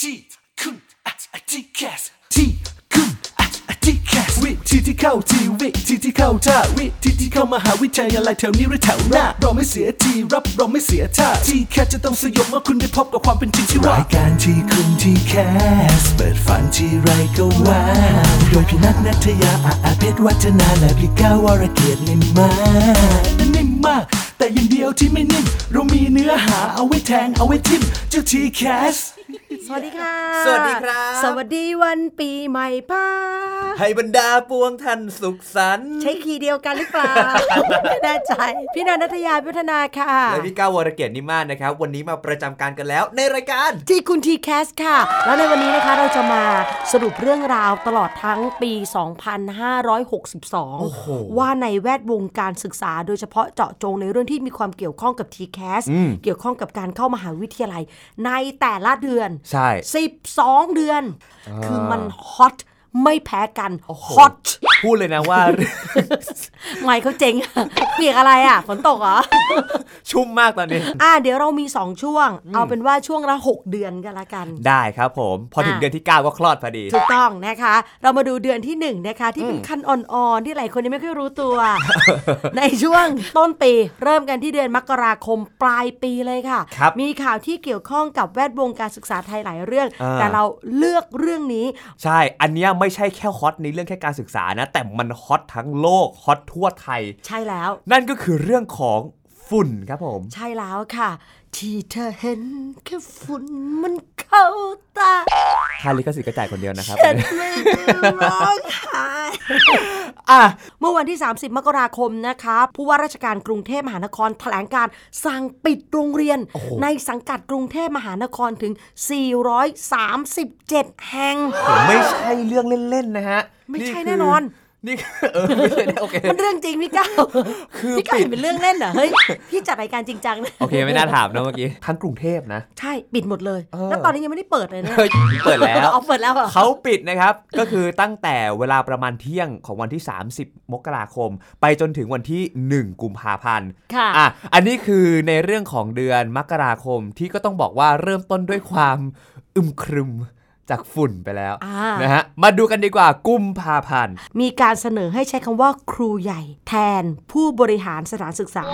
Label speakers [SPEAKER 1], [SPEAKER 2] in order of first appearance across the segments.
[SPEAKER 1] ที่คุณอ่ะอ่ะที่แคสที่คุณอ่ะอ่ะที่แคสวิธีที่เข้าทีวิธีที่เข้าท่าวิธีที่เข้ามหาวิทยาลัยแถวนี้หรือแถวหน้าเราไม่เสียทีรับเราไม่เสียท่าที่แคสจะต้องสยบเมื่อคุณได้พบกับความเป็นจริงที่ว่ารายการที่คุณที่แคสเปิดฝันที่ไรก็ว่าโดยพี่นัทนัทยาอาอาเพชรวัฒนาและพี่ก้าวรเกียรตินิ่มมากนิ่มมาก แต่อยังเดียวที่ไม่นิ่มเรามีเนื้อหาเอาไว้แทงเอาไว้ทิมเจ้าทีแคส
[SPEAKER 2] สวัสดีค่ะ
[SPEAKER 3] สวัสดีครับ
[SPEAKER 2] สวัสดีวันปีใหม่ป้า
[SPEAKER 3] ให้บรรดาปวงท่านสุขสันต์
[SPEAKER 2] ใช้คีย์เดียวกันหรือเป ล่า ไม่แน่ใจ พี่นันนัทยาพิวัฒนาค่ะ
[SPEAKER 3] และพี่ก้าววรเกียรตินิมมานนะครับ วันนี้มาประจำการกันแล้วในรายการ
[SPEAKER 2] ที่คุณทีแคสค่ะ แล้วในวันนี้นะคะเราจะมาสรุปเรื่องราวตลอดทั้งปี
[SPEAKER 3] โอ้โห
[SPEAKER 2] 2562 ว่าในแวดวงการศึกษาโดยเฉพาะเจาะจงในเรื่องที่มีความเกี่ยวข้องกับ t c a s
[SPEAKER 3] อืม
[SPEAKER 2] เกี่ยวข้องกับการเข้ามหาวิทยาลัย ในแต่ละเดือน
[SPEAKER 3] ใช่
[SPEAKER 2] 12 เดือน คือมันฮอตไม่แพ้กัน
[SPEAKER 3] โอ้โห
[SPEAKER 2] ฮอต
[SPEAKER 3] พูดเลยนะว่า
[SPEAKER 2] ไม่เขาเจ๋ง เปียกอะไรอ่ะฝนตกเหรอ
[SPEAKER 3] ชุ่มมากตอนนี้
[SPEAKER 2] อ่ะเดี๋ยวเรามี 2 ช่วง เอาเป็นว่าช่วงละ 6 เดือนกันละกัน
[SPEAKER 3] ได้ครับผม พอถึง
[SPEAKER 2] อ่ะ
[SPEAKER 3] เดือนที่ 9 ก็คลอดพอดี
[SPEAKER 2] ถูกต้องนะคะ เรามาดูเดือนที่หนึ่งนะคะ ที่เป็นขั้นอ่อนๆ ที่หลายคนยังไม่ค่อยรู้ตัว ในช่วงต้นปี เริ่มกันที่เดือนมกราคมปลายปีเลยค่ะ
[SPEAKER 3] ครับ
[SPEAKER 2] มีข่าวที่เกี่ยวข้องกับแวดวงการศึกษาไทยหลายเรื่อง
[SPEAKER 3] อ่า
[SPEAKER 2] แต่เราเลือกเรื่องนี้
[SPEAKER 3] ใช่ อันเนี้ยไม่ใช่แค่ฮอตในเรื่องแค่การศึกษานะ แต่มันฮอตทั้งโลกฮอตทั่วไทย
[SPEAKER 2] ใช่แล้ว
[SPEAKER 3] นั่นก็คือเรื่องของฝุ่นครับผม
[SPEAKER 2] ใช่แล้วค่ะ ที่เธอเห็นแค่ฝุ่นมันเข้าตา
[SPEAKER 3] ค่าลิขสิทธิ์กระจ่ายคนเดียวนะครับ
[SPEAKER 2] ฉันไม่ได้ร้องไห้
[SPEAKER 3] อ่ะ
[SPEAKER 2] เมื่อวันที่ 30 มกราคมนะคะ ผู้ว่าราชการกรุงเทพมหานครแถลงการสั่งปิดโรงเรียน
[SPEAKER 3] โอ้โห
[SPEAKER 2] ในสังกัดกรุงเทพมหานครถึง 437 แห่ง
[SPEAKER 3] ผมไม่ใช่เรื่องเล่น ๆ นะฮะ
[SPEAKER 2] ไม่ใช่
[SPEAKER 3] คื
[SPEAKER 2] แน่นอน
[SPEAKER 3] นี่คือเออไม่ใช่แน่โอเค
[SPEAKER 2] มันเรื่องจริงพี่ก้าว
[SPEAKER 3] คือ
[SPEAKER 2] พี่ก้าว
[SPEAKER 3] ปิด
[SPEAKER 2] เห็นเป็นเรื่องเล่นเหรอ เฮ้ย พี่จัดรายการจริงจังนะ
[SPEAKER 3] โอเค ไม่น่าถามนะเมื่อกี้ ทั้งกรุงเทพนะ
[SPEAKER 2] ใช่ ปิดหมดเลย
[SPEAKER 3] เออ
[SPEAKER 2] แล้วตอนนี้ยังไม่ได้เปิดเลยนะ
[SPEAKER 3] เฮ้ยเปิดแล้ว
[SPEAKER 2] เอาเปิดแล้วเหรอ
[SPEAKER 3] เขาปิดนะครับ ก็คือตั้งแต่เวลาประมาณเที่ยงของวันที่ 30 มกราคม ไปจนถึงวันที่ 1 กุมภาพันธ์
[SPEAKER 2] ค่ะ
[SPEAKER 3] อ่ะ อันนี้คือในเรื่องของเดือนมกราคมที่ก็ต้องบอกว่าเริ่มต้นด้วยความอึมครึมจากฝุ่นไปแล้ว
[SPEAKER 2] อ่า
[SPEAKER 3] นะฮะ มาดูกันดีกว่ากุมภาพันธ์
[SPEAKER 2] มีการเสนอให้ใช้คำว่าครูใหญ่ แทนผู้บริหารสถานศึกษา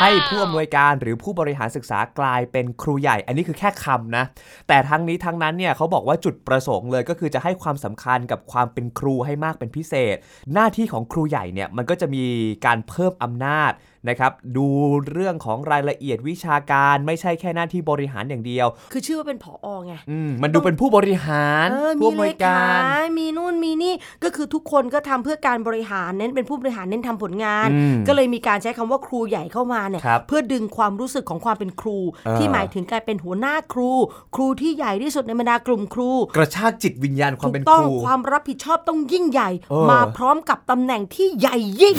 [SPEAKER 3] ให้ผู้อำนวยการหรือผู้บริหารศึกษากลายเป็นครูใหญ่ อันนี้คือแค่คำนะ แต่ทั้งนี้ทั้งนั้นเนี่ยเขาบอกว่าจุดประสงค์เลยก็คือจะให้ความสำคัญกับความเป็นครูให้มากเป็นพิเศษ หน้าที่ของครูใหญ่เนี่ยมันก็จะมีการเพิ่มอำนาจนะครับ ดูเรื่องของรายละเอียดวิชาการไม่ใช่แค่หน้าที่บริหารอย่างเดียว
[SPEAKER 2] คือชื่อว่าเป็นผอไง
[SPEAKER 3] อืมมันดูเป็นผู้บริหาร
[SPEAKER 2] เออ
[SPEAKER 3] ผู้
[SPEAKER 2] มี
[SPEAKER 3] อำ
[SPEAKER 2] เล
[SPEAKER 3] นวย
[SPEAKER 2] ขา
[SPEAKER 3] า
[SPEAKER 2] การ มีนู่นมีนี่ก็คือทุกคนก็ทำเพื่อการบริหารเน้นเป็นผู้บริหารเน้นทำผลงาน
[SPEAKER 3] อืม
[SPEAKER 2] ก็เลยมีการใช้คำว่าครูใหญ่เข้ามาเนี่ย
[SPEAKER 3] ครับ
[SPEAKER 2] เพื่อดึงความรู้สึกของความเป็นครู
[SPEAKER 3] อ่า
[SPEAKER 2] ที่หมายถึงการเป็นหัวหน้าครู ครูที่ใหญ่ที่สุดในบรรดากลุ่มครู
[SPEAKER 3] กระชากจิตวิญญาณความ
[SPEAKER 2] ถู
[SPEAKER 3] เป็น
[SPEAKER 2] กต้
[SPEAKER 3] ค
[SPEAKER 2] อง
[SPEAKER 3] รู
[SPEAKER 2] ความรับผิดชอบต้องยิ่งใหญ่
[SPEAKER 3] เออ
[SPEAKER 2] มาพร้อมกับตำแหน่งที่ใหญ่ยิ่ง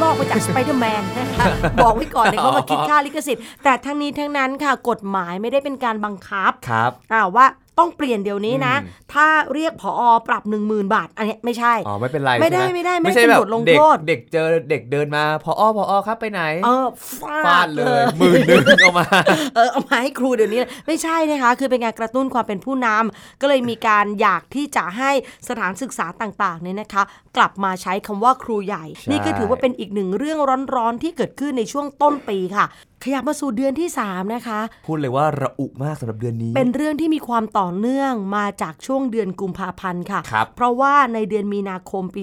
[SPEAKER 2] ลอกไปจากสไปเดอร์แมนนะคะบอกไว้ก่อนเลยวเขามาคิดค่าลิขสิทธิ์แต่ทั้งนี้ทั้งนั้นค่ะกฎหมายไม่ได้เป็นการบังคับ
[SPEAKER 3] ครับ
[SPEAKER 2] อ่าว่าต้องเปลี่ยนเดี๋ยวนี้นะ ถ้าเรียกผออปรับ 1 0,000 บาท อันเนี้ยไม่ใช่
[SPEAKER 3] อ๋อไม่เป็นไร
[SPEAKER 2] ไม่ได้
[SPEAKER 3] ใช่ห
[SPEAKER 2] ไม่ได้ไม่
[SPEAKER 3] ใช่
[SPEAKER 2] เป็น
[SPEAKER 3] แบบ
[SPEAKER 2] บทลง
[SPEAKER 3] เด็ก
[SPEAKER 2] โทษ
[SPEAKER 3] เด็กเจอเด็กเดินมาพออ้อพออ้อครับไปไหน
[SPEAKER 2] เออ
[SPEAKER 3] ฟา
[SPEAKER 2] ฟา
[SPEAKER 3] ด
[SPEAKER 2] ด
[SPEAKER 3] เล
[SPEAKER 2] เลย ย
[SPEAKER 3] หมื่นหนึ่งออกมา
[SPEAKER 2] เออเอามาให้ครูเดี๋ยวนี้เลยไม่ใช่นะคะ คือเป็นการกระตุ้นความเป็นผู้นำก็เลยมีการอยากที่จะให้สถานศึกษาต่างๆเนี่ยนะคะ กลับมาใช้คำว่าครูใหญ่
[SPEAKER 3] ใช่
[SPEAKER 2] นี่ก็ถือว่าเป็นอีกหนึ่งเรื่องร้อนๆที่เกิดขึ้นในช่วงต้นปีค่ะ ขยับมาสู่เดือนที่สามนะคะ
[SPEAKER 3] พูดเลยว่าระอุมากสำหรับเดือนนี้
[SPEAKER 2] เป็นเรื่องที่มีความต่อเนื่องมาจากช่วงเดือนกุมภาพันธ์ค่ะ
[SPEAKER 3] ครับ
[SPEAKER 2] เพราะว่าในเดือนมีนาคมปี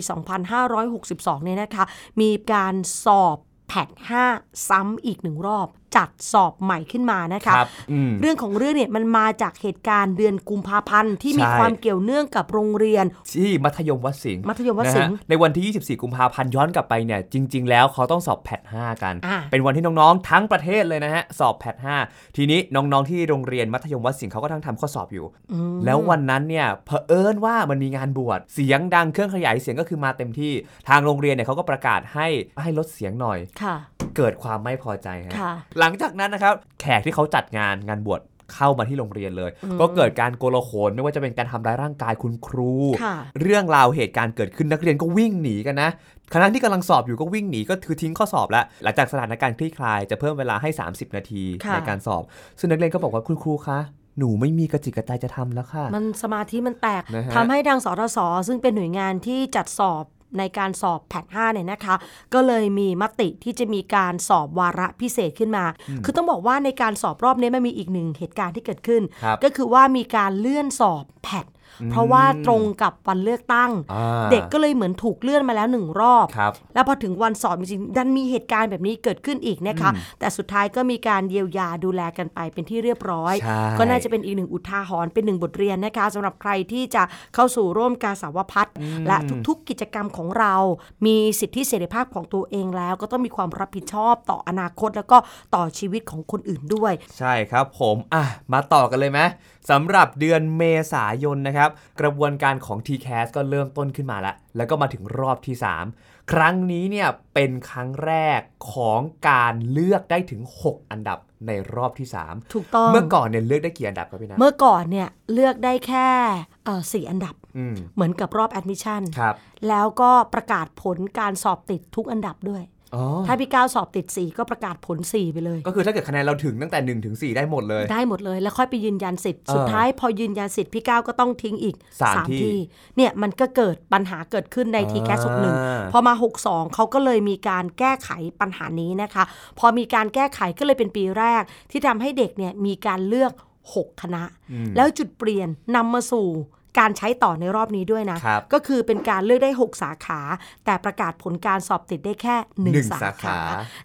[SPEAKER 2] 2562 เนี่ยนะคะ มีการสอบแพท5ซ้ำอีกหนึ่งรอบ จัดสอบใหม่ขึ้นมานะคะ
[SPEAKER 3] ครับอืม
[SPEAKER 2] เรื่องของเรื่องเนี่ยมันมาจากเหตุการณ์เดือนกุมภาพันธ์ ที่มี
[SPEAKER 3] ใช่
[SPEAKER 2] ความเกี่ยวเนื่องกับโรงเรียน
[SPEAKER 3] ที่มัธยมวัดสิงห์
[SPEAKER 2] มัธยมวัดสิงห์
[SPEAKER 3] นะฮะในวันที่ 24 กุมภาพันธ์ย้อนกลับไปเนี่ยจริง ๆ แล้วเขาต้องสอบแพท5กัน
[SPEAKER 2] อ่า
[SPEAKER 3] เป็นวันที่น้องๆ ทั้งประเทศเลยนะฮะ สอบแพท5ทีนี้น้องๆที่โรงเรียนมัธยมวัดสิงห์เขาก็ทั้งทำข้อสอบอยู่ แล้ววันนั้นเนี่ยเผอิญว่ามันมีงานบวชเสียงดังเครื่องขยายเสียงก็คือมาเต็มที่ทางโรงเรียนเนี่ยเขาก็ประกาศให้ให้ลดเสียงหน่อย
[SPEAKER 2] ค่ะ
[SPEAKER 3] เกิดความไม่พอใจฮะ
[SPEAKER 2] ค่ะ
[SPEAKER 3] หลังจากนั้นนะครับ แขกที่เขาจัดงานงานบวชเข้ามาที่โรงเรียนเลย ก็เกิดการโกลาหลไม่ว่าจะเป็นการทำร้ายร่างกายคุณครู
[SPEAKER 2] ค่ะ
[SPEAKER 3] เรื่องราวเหตุการณ์เกิดขึ้นนักเรียนก็วิ่งหนีกันนะขณะที่กำลังสอบอยู่ก็วิ่งหนีก็คือทิ้งข้อสอบแล้ว หลังจากสถานการณ์คลี่คลายจะเพิ่มเวลาให้ 30 นาที
[SPEAKER 2] ค่ะ
[SPEAKER 3] ในการสอบ ซึ่งนักเรียนก็บอกว่าคุณครูคะ หนูไม่มีกระจิกกระใจจะทำแล้วค่ะ
[SPEAKER 2] มันสมาธิมันแตก
[SPEAKER 3] นะฮะ
[SPEAKER 2] ทำให้ทางสทศซึ่งเป็นหน่วยงานที่จัดสอบในการสอบแผด5เนี่ยนะคะ ก็เลยมีมติที่จะมีการสอบวาระพิเศษขึ้นมา คือต้องบอกว่าในการสอบรอบนี้มันมีอีกหนึ่งเหตุการณ์ที่เกิดขึ้น
[SPEAKER 3] ครับ
[SPEAKER 2] ก็คือว่ามีการเลื่อนสอบแผดเพราะว่าตรงกับวันเลือกตั้ง
[SPEAKER 3] อ่า
[SPEAKER 2] เด็กก็เลยเหมือนถูกเลื่อนมาแล้วหนึ่งรอบ
[SPEAKER 3] ครับ
[SPEAKER 2] แล้วพอถึงวันสอบจริงๆดันมีเหตุการณ์แบบนี้เกิดขึ้นอีกนะคะ แต่สุดท้ายก็มีการเยียวยาดูแลกันไปเป็นที่เรียบร้อย
[SPEAKER 3] ใช่
[SPEAKER 2] ก็น่าจะเป็นอีกหนึ่งอุทาหรณ์เป็นหนึ่งบทเรียนนะคะสำหรับใครที่จะเข้าสู่ร่วมกาสาวพัฒน์และทุกๆกิจกรรมของเรา มีสิทธิเสรีภาพของตัวเองแล้ว ก็ต้องมีความรับผิดชอบต่ออนาคต แล้วก็ต่อชีวิตของคนอื่นด้วย
[SPEAKER 3] ใช่ครับผมอ่ะมาต่อกันเลยไหมสำหรับเดือนเมษายนนะครับ กระบวนการของ t c a s ก็เริ่มต้นขึ้นมาแล้ว แล้วก็มาถึงรอบที่ 3 ครั้งนี้เนี่ยเป็นครั้งแรกของการเลือกได้ถึง 6 อันดับในรอบที่ 3
[SPEAKER 2] ถูกต้อง
[SPEAKER 3] เมื่อก่อนเนี่ยเลือกได้กี่อันดับครับพี่นะ
[SPEAKER 2] เมื่อก่อนเนี่ยเลือกได้แค่เอ่อสี่อันดับ
[SPEAKER 3] อืม
[SPEAKER 2] เหมือนกับรอบแอดมิชชั่น
[SPEAKER 3] ครับ
[SPEAKER 2] แล้วก็ประกาศผลการสอบติดทุกอันดับด้วย
[SPEAKER 3] อ๋อ
[SPEAKER 2] ถ้าพี่ก้าวสอบติด 4 ก็ประกาศผล 4 ไปเลย
[SPEAKER 3] ก็คือถ้าเกิดคะแนนเราถึงตั้งแต่ 1 ถึง 4 ได้หมดเลย
[SPEAKER 2] ได้หมดเลยแล้วค่อยไปยืนยันสิทธิ์
[SPEAKER 3] เออ
[SPEAKER 2] สุดท้ายพอยืนยันสิทธิ์พี่ก้าวก็ต้องทิ้งอีก
[SPEAKER 3] สาม
[SPEAKER 2] สาม
[SPEAKER 3] ที่
[SPEAKER 2] ที่เนี่ยมันก็เกิดปัญหาเกิดขึ้นใน t c a s
[SPEAKER 3] อ่า
[SPEAKER 2] 61 พอมา 62 เขาก็เลยมีการแก้ไขปัญหานี้นะคะ พอมีการแก้ไขก็เลยเป็นปีแรก ที่ทำให้เด็กเนี่ยมีการเลือก 6 คณะ แล้วจุดเปลี่ยนนำมาสู่การใช้ต่อในรอบนี้ด้วยนะ
[SPEAKER 3] ครับ
[SPEAKER 2] ก็คือเป็นการเลือกได้ 6 สาขา แต่ประกาศผลการสอบติดได้แค่หนึ่ง
[SPEAKER 3] หนึ่ง
[SPEAKER 2] สาขา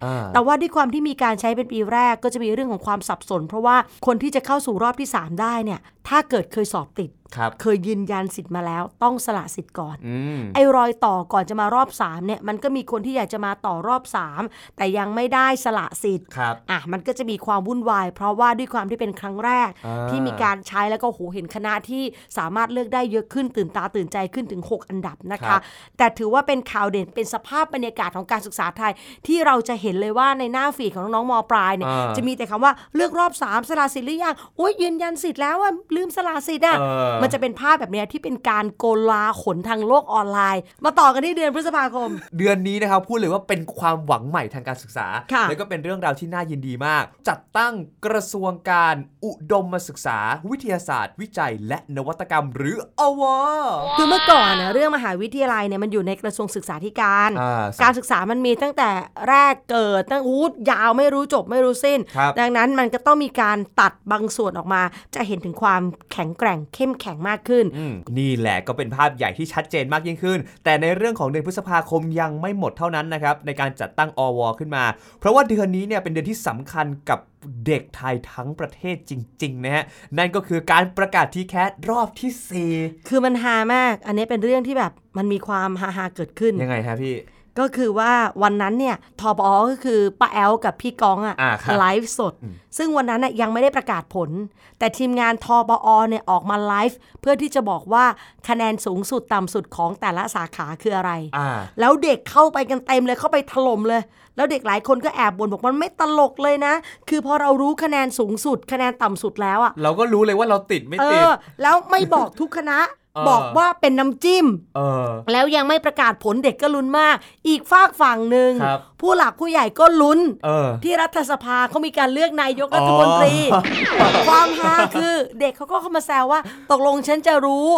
[SPEAKER 3] อ่า
[SPEAKER 2] แต่ว่าด้วยความที่มีการใช้เป็นปีแรกก็จะมีเรื่องของความสับสน เพราะว่าคนที่จะเข้าสู่รอบที่ 3 ได้เนี่ย ถ้าเกิดเคยสอบติด
[SPEAKER 3] ครับ
[SPEAKER 2] เคยยืนยันสิทธิ์มาแล้ว ต้องสละสิทธิ์ก่อน
[SPEAKER 3] อืม
[SPEAKER 2] ไอ้รอยต่อก่อนจะมารอบ3เนี่ยมันก็มีคนที่อยากจะมาต่อรอบ 3 แต่ยังไม่ได้สละสิทธิ์
[SPEAKER 3] ครับ
[SPEAKER 2] อ่ะมันก็จะมีความวุ่นวาย เพราะว่าด้วยความที่เป็นครั้งแรก
[SPEAKER 3] อ่า
[SPEAKER 2] ที่มีการใช้แล้วก็โหเห็นคณะที่สามารถเลือกได้เยอะขึ้นตื่นตาตื่นใจขึ้นถึง 6 อันดับนะคะ แต่ถือว่าเป็นข่าวเด่นเป็นสภาพบรรยากาศของการศึกษาไทย ที่เราจะเห็นเลยว่าในหน้าฝีดของน้องๆมปลายเนี่ย
[SPEAKER 3] อ่า
[SPEAKER 2] จะมีแต่คำว่าเลือกรอบสามสละสิทธิ์หรือยังโอ้ยยืนยันสิทธิ์แล้วว่าลืมสละสิทธิ์อ่ะ
[SPEAKER 3] เออ
[SPEAKER 2] มันจะ เป็นภาพแบบเนี้ยที่เป็นการโกลาขนทางโลกออนไลน์ มาต่อกันที่เดือนพฤษภาคม
[SPEAKER 3] เดือนนี้นะครับพูดเลยว่าเป็นความหวังใหม่ทางการศึกษา
[SPEAKER 2] ค่ะ
[SPEAKER 3] แล้วก็เป็นเรื่องราวที่น่ายินดีมาก จัดตั้งกระทรวงการอุดมศึกษา วิทยาศาสตร์ วิจัย และนวัตกรรมหรืออว
[SPEAKER 2] คือเมื่อก่อนนะเรื่องมหาวิทยาลัยเนี่ยมันอยู่ในกระทรวงศึกษาธิการ
[SPEAKER 3] อ่า
[SPEAKER 2] การศึกษามันมีตั้งแต่แรกเกิดตั้งอู้ยาวไม่รู้จบไม่รู้สิ้น
[SPEAKER 3] ครับ
[SPEAKER 2] ดังนั้นมันก็ต้องมีการตัดบางส่วนออกมา จะเห็นถึงความแข็งแกร่งเข้มแข็งมากขึ้น
[SPEAKER 3] ืมนี่แหละก็เป็นภาพใหญ่ที่ชัดเจนมากยิ่งขึ้น แต่ในเรื่องของเดือนพฤษภาคมยังไม่หมดเท่านั้นนะครับ ในการจัดตั้งอว ขึ้นมา เพราะว่าเดือนนี้เนี่ยเป็นเดือนที่สำคัญกับเด็กไทยทั้งประเทศจริงๆนะฮะนั่นก็คือการประกาศทีแคสรอบที่สี่
[SPEAKER 2] คือมันฮามาก อันนี้เป็นเรื่องที่แบบมันมีความฮาฮาๆเกิดขึ้น
[SPEAKER 3] ยังไงฮะพี่
[SPEAKER 2] ก็คือว่าวันนั้นเนี่ยทบอก็คือป้าแอลกับพี่กองอะ
[SPEAKER 3] อ่าครับ
[SPEAKER 2] ไลฟ์สด ซึ่งวันนั้นน่ะยังไม่ได้ประกาศผล แต่ทีมงานทบอเนี่ยออกมาไลฟ์เพื่อที่จะบอกว่าคะแนนสูงสุดต่ำสุดของแต่ละสาขาคืออะไร
[SPEAKER 3] อ่า
[SPEAKER 2] แล้วเด็กเข้าไปกันเต็มเลยเข้าไปถล่มเลย แล้วเด็กหลายคนก็แอบบ่นบอกมันไม่ตลกเลยนะ คือพอเรารู้คะแนนสูงสุด คะแนนต่ำสุดแล้วอะ
[SPEAKER 3] เราก็รู้เลยว่าเราติดไม่
[SPEAKER 2] เอ
[SPEAKER 3] ติด
[SPEAKER 2] อ แล้วไม่บอกทุกคณะ
[SPEAKER 3] เออ
[SPEAKER 2] บอกว่าเป็นน้ำจิ้ม
[SPEAKER 3] เออ
[SPEAKER 2] แล้วยังไม่ประกาศผลเด็กก็ลุ้นมาก อีกฝากฝั่งหนึ่ง
[SPEAKER 3] ครับ
[SPEAKER 2] ผู้หลักผู้ใหญ่ก็ลุ้น
[SPEAKER 3] เออ
[SPEAKER 2] ที่รัฐสภาเขามีการเลือกนายกรัฐมนตรี
[SPEAKER 3] อ๋
[SPEAKER 2] ความฮาคือเด็กเขาก็เข้ามาแซวว่า ตกลงฉันจะรู้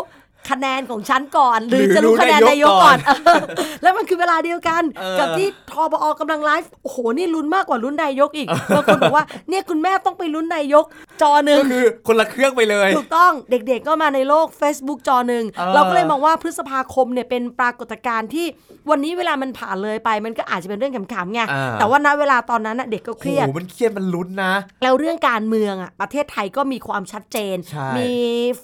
[SPEAKER 2] คะแนนของฉันก่อน หรือ
[SPEAKER 3] หรือ
[SPEAKER 2] จะรู้คะแนนนายกก่อน
[SPEAKER 3] รู้นายกก่อน
[SPEAKER 2] เออแล้วมันคือเวลาเดียวกัน
[SPEAKER 3] เออ
[SPEAKER 2] กับที่ทบอกำลังไลฟ์โอ้โหนี่ลุ้นมากกว่าลุ้นนายกอีกบางคนบอกว่าเนี่ยคุณแม่ต้องไปลุ้นนายกจอหนึ่ง
[SPEAKER 3] ก็คือคนละเครื่องไปเลย
[SPEAKER 2] ถูกต้องเด็กๆก็มาในโลก Facebook จอหนึ่ง
[SPEAKER 3] เออ
[SPEAKER 2] เราก็เลยมองว่าพฤษภาคมเนี่ยเป็นปรากฏการณ์ที่วันนี้เวลามันผ่านเลยไป มันก็อาจจะเป็นเรื่องขำๆไง
[SPEAKER 3] อ่า
[SPEAKER 2] แต่ว่าณเวลาตอนนั้นน่ะเด็กก็เครียด
[SPEAKER 3] โอ้โหมันเครียดมันลุ้นนะ
[SPEAKER 2] แล้วเรื่องการเมืองอ่ะประเทศไทยก็มีความชัดเจน
[SPEAKER 3] ใช่
[SPEAKER 2] มี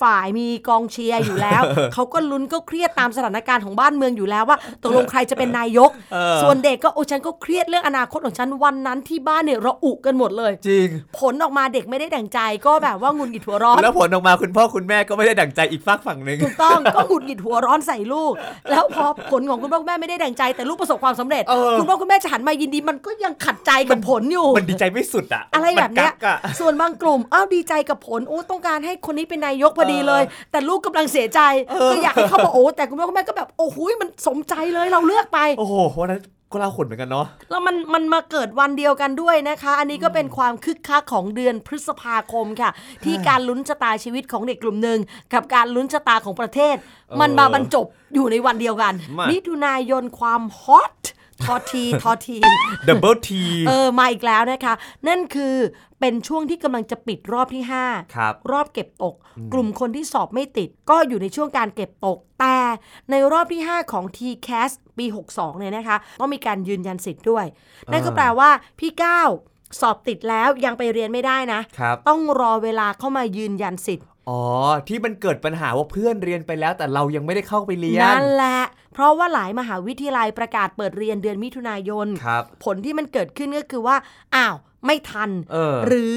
[SPEAKER 2] ฝ่ายมีกองเชียร์อยู่แล้ว เขาก็ลุ้นก็เครียดตามสถานการณ์ของบ้านเมืองอยู่แล้วว่าตกลงใครจะเป็นนายก
[SPEAKER 3] เออ
[SPEAKER 2] ส่วนเด็กก็โอ้ฉันก็เครียดเรื่องอนาคตของฉันวันนั้นที่บ้านเนี่ยระอุกันหมดเลย
[SPEAKER 3] จริง
[SPEAKER 2] ผลออกมาเด็กไม่ได้ดั่งใจ ก็แบบว่าหงุนหงิดหัวร้อน
[SPEAKER 3] แล้วผลออกมาคุณพ่อคุณแม่ก็ไม่ได้ดั่งใจอีกฝากฝั่งหนึ่ง
[SPEAKER 2] ถูกต้อง ก็หงุดหงิดหัวร้อนใส่ลูก แล้วพอผลของคุณพ่อคุณแม่ไม่ได้ดังใจ แต่ลูกประสบความสำเร็จ
[SPEAKER 3] เออ
[SPEAKER 2] คุณพ่อคุณแม่จะหันมายินดีมันก็ยังขัดใจกับผลอยู่
[SPEAKER 3] มันดีใจไม่สุดอะ
[SPEAKER 2] อะไรแบบเนี้ย
[SPEAKER 3] มักักอะ
[SPEAKER 2] ส่วนบางกลุ่มอ้าวดีใจกับผลโอ้ต้องการให้คนนี้เป็นนายกพอดีเลย แต่ลูกกำลังเสียใจก็อยากให้เขาบอกโอ้แต่คุณพ่อคุณแม่ก็แบบโอ้โหยมันสมใจเลยเราเลือกไป
[SPEAKER 3] โอ้โหวันนั้น ก็ลาหดเหมือนกันเนาะ
[SPEAKER 2] แล้วมันมันมาเกิดวันเดียวกันด้วยนะคะ อันนี้ก็เป็นความคึกคักของเดือนพฤษภาคมค่ะ ที่การลุ้นชะตาชีวิตของเด็กกลุ่มหนึ่งกับการลุ้นชะตาของประเทศ มันมาบรรจบอยู่ในวันเดียวกัน
[SPEAKER 3] มามิ
[SPEAKER 2] มิถุนายนความฮอตทอทีทอที
[SPEAKER 3] ดับเบิลที
[SPEAKER 2] เออมาอีกแล้วนะคะ นั่นคือเป็นช่วงที่กำลังจะปิดรอบที่ 5
[SPEAKER 3] ครับ
[SPEAKER 2] รอบเก็บตก กลุ่มคนที่สอบไม่ติด ก็อยู่ในช่วงการเก็บตก แต่ในรอบที่ 5 ของ t c a s ปี 62 เนี่ยนะคะ ต้องมีการยืนยันสิทธิ์ด้วย นั่นก็แปลว่าพี่ก้าวสอบติดแล้วยังไปเรียนไม่ได้นะ
[SPEAKER 3] ครับ
[SPEAKER 2] ต้องรอเวลาเข้ามายืนยันสิทธิ์
[SPEAKER 3] อ๋อ ที่มันเกิดปัญหาว่าเพื่อนเรียนไปแล้ว แต่เรายังไม่ได้เข้าไปเรียน
[SPEAKER 2] นั่นแหละ เพราะว่าหลายมหาวิทยาลัยประกาศเปิดเรียนเดือนมิถุนายน
[SPEAKER 3] ครับ
[SPEAKER 2] ผลที่มันเกิดขึ้นก็คือว่า อ้าว ไม่ทัน
[SPEAKER 3] เออ
[SPEAKER 2] หรือ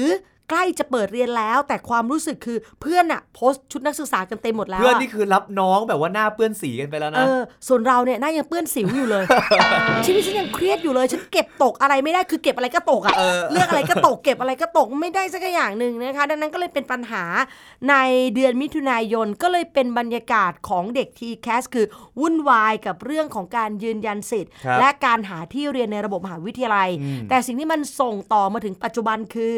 [SPEAKER 2] ใกล้จะเปิดเรียนแล้ว แต่ความรู้สึกคือเพื่อนอะโพสต์ชุดนักศึกษากันเต็มหมดแล้ว
[SPEAKER 3] เพื่อน
[SPEAKER 2] อะ
[SPEAKER 3] นี่คือรับน้องแบบว่าหน้าเปื้อนสีกันไปแล้ว
[SPEAKER 2] เอ
[SPEAKER 3] นะ
[SPEAKER 2] อ ส่วนเราเนี่ยหน้ายังเปื้อนสิวอยู่ เลย ชีวิตฉันยังเครียดอยู่เลย ฉันเก็บตกอะไรไม่ได้ คือเก็บอะไรก็ตกอะ
[SPEAKER 3] เออ
[SPEAKER 2] เลือกอะไรก็ตก เก็บอะไรก็ตก ไม่ได้สักอย่างหนึ่งนะคะ ดังนั้นก็เลยเป็นปัญหาในเดือนมิถุนายน ก็เลยเป็นบรรยากาศของเด็กทีแคสคือวุ่นวายกับเรื่องของการยืนยันสิทธิ์
[SPEAKER 3] ครับ
[SPEAKER 2] และการหาที่เรียนในระบบมหาวิทยาลัย แต่สิ่งที่มันส่งต่อมาถึงปัจจุบันคือ